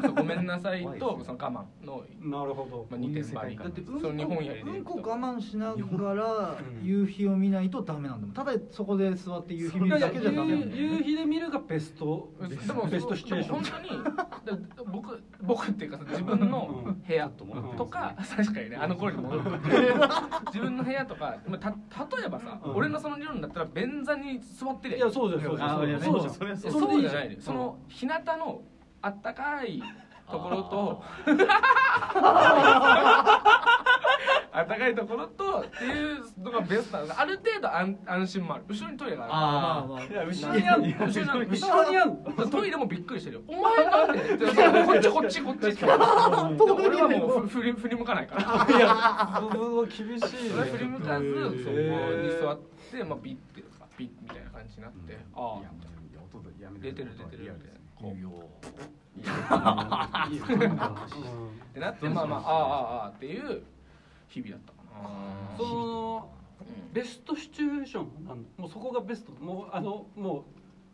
Speaker 1: そうごめんなさい
Speaker 4: 怖いです
Speaker 1: と
Speaker 4: ね
Speaker 1: その我慢の
Speaker 3: なるほど
Speaker 1: まあ2点倍
Speaker 4: だ
Speaker 1: だ
Speaker 4: っ
Speaker 1: ってて
Speaker 6: うんこ
Speaker 1: その日本やりで
Speaker 6: う
Speaker 1: い
Speaker 6: ん
Speaker 1: く
Speaker 6: こ
Speaker 1: と
Speaker 6: 我慢しながら
Speaker 3: うん
Speaker 6: 夕日を見ないとダメなんだもんただそこで座って夕日見るだけじゃダメなんだよ
Speaker 3: 夕日で見るがベスト
Speaker 1: でも
Speaker 3: ベストシチュエーション
Speaker 1: でも本当にだ僕僕っていうかさ自分の部屋
Speaker 4: と戻って
Speaker 1: とか確かにねあの頃に戻 る自分の部屋とかまあた例えばさ、
Speaker 3: うん
Speaker 1: 俺のその理論だったら便座に座ってりゃ
Speaker 3: いやそうじゃんそうじゃ
Speaker 4: あいや
Speaker 3: んそうじゃん
Speaker 4: それは
Speaker 1: そ
Speaker 4: そうう
Speaker 1: そうじゃないの
Speaker 3: う
Speaker 1: よ
Speaker 3: ん
Speaker 1: その日向のあったかいところとあったかいところとっていうのがベストなのある程度安安心もある後ろにトイレがあ
Speaker 4: あー
Speaker 3: いや後ろにあんの
Speaker 1: る後ろにある後
Speaker 3: 後
Speaker 1: ろ
Speaker 3: ろ
Speaker 1: に
Speaker 3: にあんの
Speaker 1: だからトイレもびっくりしてるよお前なんでってこっちこっちこっちって俺はもうふ振り振り向かないから
Speaker 3: いや、うわ厳しい
Speaker 1: 俺は振り
Speaker 3: ね。
Speaker 1: 向かずそこに座って、まあ、ビッてとかピッみたいな感じになって、
Speaker 4: うん
Speaker 1: あ
Speaker 4: いやもういや音でやめ
Speaker 1: あ
Speaker 4: て
Speaker 1: 出てる出てるみ
Speaker 4: リア
Speaker 1: たい
Speaker 4: ルですね
Speaker 1: な。こう
Speaker 4: いや
Speaker 3: いいよなんか
Speaker 1: ってなってまあまあああああっていう日々だったか
Speaker 3: う
Speaker 1: な
Speaker 3: んその
Speaker 1: うん
Speaker 3: ベストシチュエーションなんもうそこがベストもうあのもう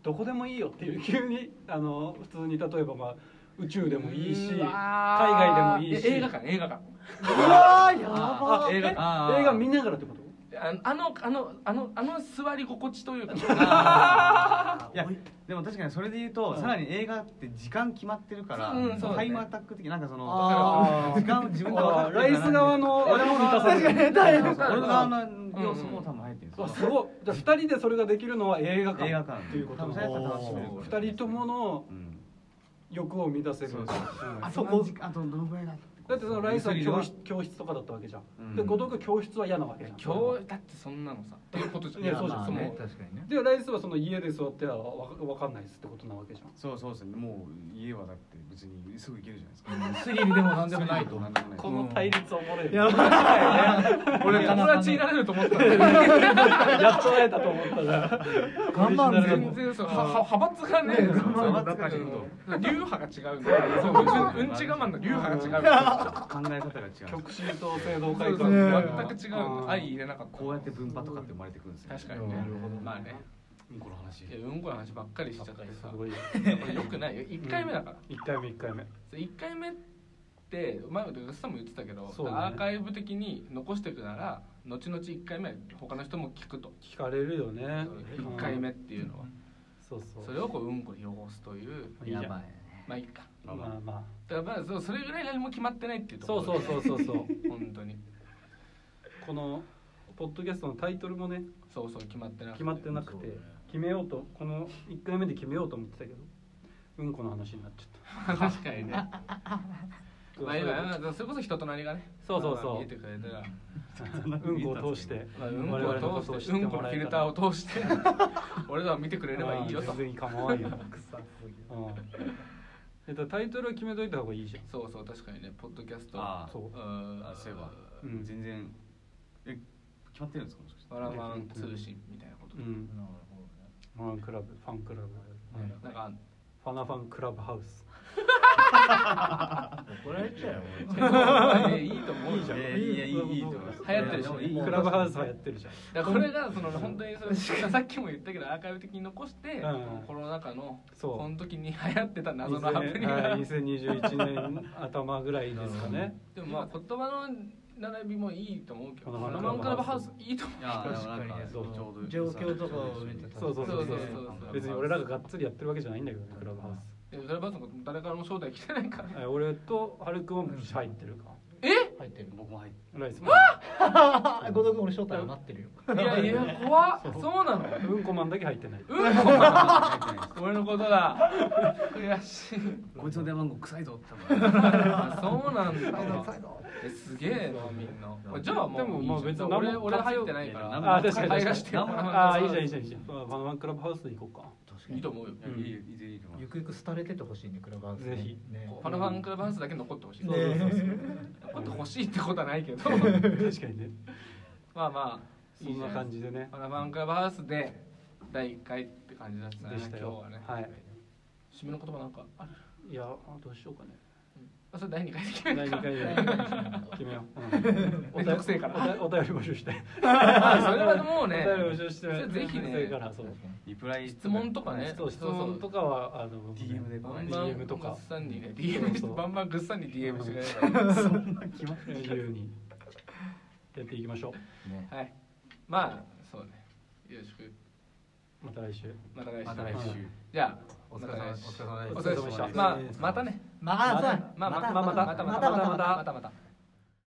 Speaker 3: どこでもいいよっていう急にあの普通に例えばまあ宇宙でもいいし
Speaker 1: う
Speaker 3: 海
Speaker 1: わー
Speaker 3: 外でもいいし
Speaker 1: え映画館映画館
Speaker 3: あや
Speaker 1: ば
Speaker 3: 映画
Speaker 4: あー
Speaker 3: 映画見ながらってこと
Speaker 1: あのあのあのあのあの座り心地というか
Speaker 4: いやでも確かにそれで言うと、
Speaker 3: うん
Speaker 4: さらに映画って時間決まってるから、
Speaker 1: うんそうだね
Speaker 4: タイムアタック的なんかその
Speaker 3: あー
Speaker 4: 時間を自分で分かってる
Speaker 3: ライス側の
Speaker 4: 俺も側の
Speaker 3: 確
Speaker 4: そうそう
Speaker 3: かに
Speaker 4: そう俺の側の要素も多分入ってるんですよ
Speaker 3: あすごいじゃあ2人でそれができるのは映画館
Speaker 4: 映画館
Speaker 3: っていうこと
Speaker 4: 多分それが楽しめる
Speaker 5: お
Speaker 3: 2人ともの
Speaker 4: うん
Speaker 3: 欲を満たせる
Speaker 4: そうそう
Speaker 3: うん
Speaker 4: あそこあとどのくらいだ
Speaker 3: だってそのライスは
Speaker 4: 薬は
Speaker 3: 教室教室とかだったわけじゃん、
Speaker 4: うん
Speaker 3: で後藤君教室は嫌なわけじゃん
Speaker 1: 今日だってそんなのさっていうことじゃん
Speaker 3: いやそうじゃん
Speaker 1: そ
Speaker 3: まあ
Speaker 1: の
Speaker 3: ね
Speaker 6: 確かにね
Speaker 3: でライスはその家で座ってはわわかんないですってことなわけじゃん
Speaker 4: そうそうですねもう家はだって別にすぐ行けるじゃないですか
Speaker 5: スリルでもなんでもないと
Speaker 4: なんでもない
Speaker 3: この対立おもろいよ、
Speaker 5: や
Speaker 1: 俺友達いられると思ってたんだけ
Speaker 3: やっと会えたと思ったら
Speaker 5: 頑張
Speaker 1: ど
Speaker 5: んね
Speaker 1: 全然そうはは派閥がね
Speaker 4: ね派閥が違う
Speaker 1: うん流派が違うんだよそううんうんち我慢の流派が違うんだよ
Speaker 4: 考え方が違う
Speaker 3: 極真と正道
Speaker 1: そ
Speaker 3: 会
Speaker 1: う
Speaker 3: 館
Speaker 1: そう全く違うん
Speaker 3: あ
Speaker 1: だ
Speaker 3: ー
Speaker 1: 相入れなかった
Speaker 4: こうやって分派とかって生まれてくるんですよ
Speaker 1: 確かにね
Speaker 5: なるほど
Speaker 1: まあね
Speaker 4: にこの話
Speaker 1: いやうんこの話ばっかりしちゃってさ
Speaker 3: すごいよ
Speaker 1: よくないよ1回目だから
Speaker 3: 1回目1回目
Speaker 1: 1回目って前もグッさんも言ってたけど、
Speaker 3: そうね
Speaker 1: アーカイブ的に残していくなら後々1回目は他の人も聞くと
Speaker 3: 聞かれるよね
Speaker 1: 1回目っていうのは
Speaker 3: そうそう
Speaker 1: それをこううんこに汚すという
Speaker 3: いいじゃん
Speaker 5: ばい
Speaker 1: まあいいか
Speaker 3: まあまあ、
Speaker 1: だからまあそうそれぐらい何も決まってないっていうとこ
Speaker 3: そ
Speaker 1: ろ
Speaker 3: うそうそうそう そう
Speaker 1: う本当に
Speaker 3: このポッドキャストのタイトルもね
Speaker 1: そうそう決まってなくて
Speaker 3: 決まってなくて、決めようとこの1回目で決めようと思ってたけどうんこの話になっちゃ った
Speaker 1: 確かに ねまあ今
Speaker 3: まあ
Speaker 1: まあそれこそ人となりがね
Speaker 3: そうそうそ
Speaker 1: まあ
Speaker 3: う
Speaker 1: まあ見えてくれたら、
Speaker 3: うんこを通して
Speaker 1: まあ、うん
Speaker 3: 我々の
Speaker 1: こ
Speaker 3: こ
Speaker 1: を
Speaker 3: とを
Speaker 1: 通し
Speaker 3: 知っててもらえたら
Speaker 1: うんこのフィルターを通して 俺らは見てくれればいいよと
Speaker 3: ああ全然構わんようんえっとタイトルは決めといた方がいいじゃん
Speaker 1: そうそう確かにねポッドキャスト
Speaker 4: あ
Speaker 3: そう
Speaker 1: うん
Speaker 4: あそういえば
Speaker 3: うん
Speaker 4: 全然え決まってるんですかもしかして
Speaker 1: バラマン通信みたいなこと
Speaker 3: う
Speaker 1: で、
Speaker 3: んファンクラブファンクラブ、ね
Speaker 1: なんか
Speaker 3: ファナファンクラブハウス
Speaker 5: 怒られちゃうよ俺
Speaker 1: あんいいと思うじゃん
Speaker 4: い
Speaker 1: だ
Speaker 4: や
Speaker 1: か
Speaker 4: いやいやいいいいと思います
Speaker 1: 流行ってるでしょ
Speaker 4: いやでもいい
Speaker 3: クラブハウスはやってるじゃん
Speaker 1: らこれがその本当にそれさっきも言ったけどアーカイブ的に残して、
Speaker 3: うん
Speaker 1: コロナ禍の
Speaker 3: そう
Speaker 1: この時に流行ってた謎のハプニングが
Speaker 3: 2021年頭ぐらいですかね
Speaker 1: でもまあ言葉の並びもいいと思うけど
Speaker 3: こ
Speaker 1: バ
Speaker 3: のファ
Speaker 1: ラ
Speaker 3: ン
Speaker 1: マン
Speaker 3: ク
Speaker 1: クラ
Speaker 3: ラ
Speaker 1: ブ
Speaker 3: ブ
Speaker 1: ハ
Speaker 3: ハ
Speaker 1: ウ
Speaker 3: ウ
Speaker 1: ス
Speaker 3: ス
Speaker 1: いいと思
Speaker 4: いやでもなん
Speaker 5: 確かにね
Speaker 4: か
Speaker 5: そ
Speaker 4: ち
Speaker 5: う
Speaker 4: ょうど
Speaker 5: 状況とかをめっちゃ
Speaker 3: そうそうそうそう別に俺らががっつりやってるわけじゃないんだけどねクラブハウス
Speaker 1: うそれば誰からも招待来てないから
Speaker 3: え俺とハルくんは入ってるか
Speaker 1: え
Speaker 5: 入ってる
Speaker 4: 僕も入って
Speaker 3: ライスも
Speaker 5: あ後藤君俺正体余ってるよ
Speaker 1: いやいや怖っそうなの
Speaker 3: うんこマンだけ入ってな い
Speaker 1: うんこ
Speaker 4: 入ってないで す
Speaker 1: 俺のことだ悔しい
Speaker 4: こいつの電話番号臭いぞ多分
Speaker 1: あ そうなんだえすげえなみんなじゃあもう
Speaker 3: でもまあ
Speaker 1: いいじゃん
Speaker 3: 別に何も
Speaker 1: 俺俺入ってないか
Speaker 4: いや何
Speaker 1: ら
Speaker 4: も
Speaker 3: あ確かに確か
Speaker 1: 入
Speaker 3: に
Speaker 1: らしてよ
Speaker 3: ああいいじゃんいいじゃんいいじゃんまあバナナクラブハウスで行こ
Speaker 5: 確
Speaker 1: いいと思うよ
Speaker 4: いやいいよいいよいいと思い
Speaker 5: ゆ
Speaker 4: ます
Speaker 5: くゆく廃れててほしいねクラブハウスね
Speaker 3: ぜひ
Speaker 5: ね
Speaker 1: こうパナファンクラブハウスだけ残ってほしい
Speaker 5: ね
Speaker 1: 残ってほしいってことはないけど
Speaker 3: う か確かにね
Speaker 1: まあまあ
Speaker 3: そんな感
Speaker 1: じ
Speaker 3: じでね
Speaker 1: パナファンクラブハウスで第1回って感じだったね
Speaker 3: でし
Speaker 1: 今
Speaker 3: た
Speaker 1: 日
Speaker 3: よ
Speaker 1: はね
Speaker 3: はい
Speaker 1: 締めの言葉なんかある
Speaker 3: いやあどうしようかね
Speaker 1: あそれ第2回で決め
Speaker 3: 第
Speaker 1: るか
Speaker 3: 2回で決めよう
Speaker 1: めんどくせえから
Speaker 3: らお便り募集して
Speaker 1: あ それはもう
Speaker 3: お便
Speaker 1: ね
Speaker 3: り募集し
Speaker 1: それ
Speaker 3: て
Speaker 1: ぜひね
Speaker 3: めんどくせえからそう
Speaker 4: リプライ
Speaker 1: 質問とかね
Speaker 3: そう質問とかはあの
Speaker 4: DM で
Speaker 1: バンバン
Speaker 3: DM と
Speaker 1: グ
Speaker 3: か
Speaker 1: ッサンにね
Speaker 3: そ
Speaker 1: DM
Speaker 3: う
Speaker 1: して
Speaker 3: そう
Speaker 1: バンバングッサンに DM してくれればいい
Speaker 3: 自由にやっていきましょ
Speaker 5: ね
Speaker 1: はい。まあ、そうね。よろしく。
Speaker 3: うまた来週
Speaker 1: また来週。
Speaker 4: また来週
Speaker 1: じゃあ、
Speaker 6: お疲れ様
Speaker 1: また来週
Speaker 6: お疲れ様で
Speaker 1: お疲れ様でした。まあ、またね。
Speaker 5: まあそう
Speaker 1: まあ、また、また、また、また、また、また。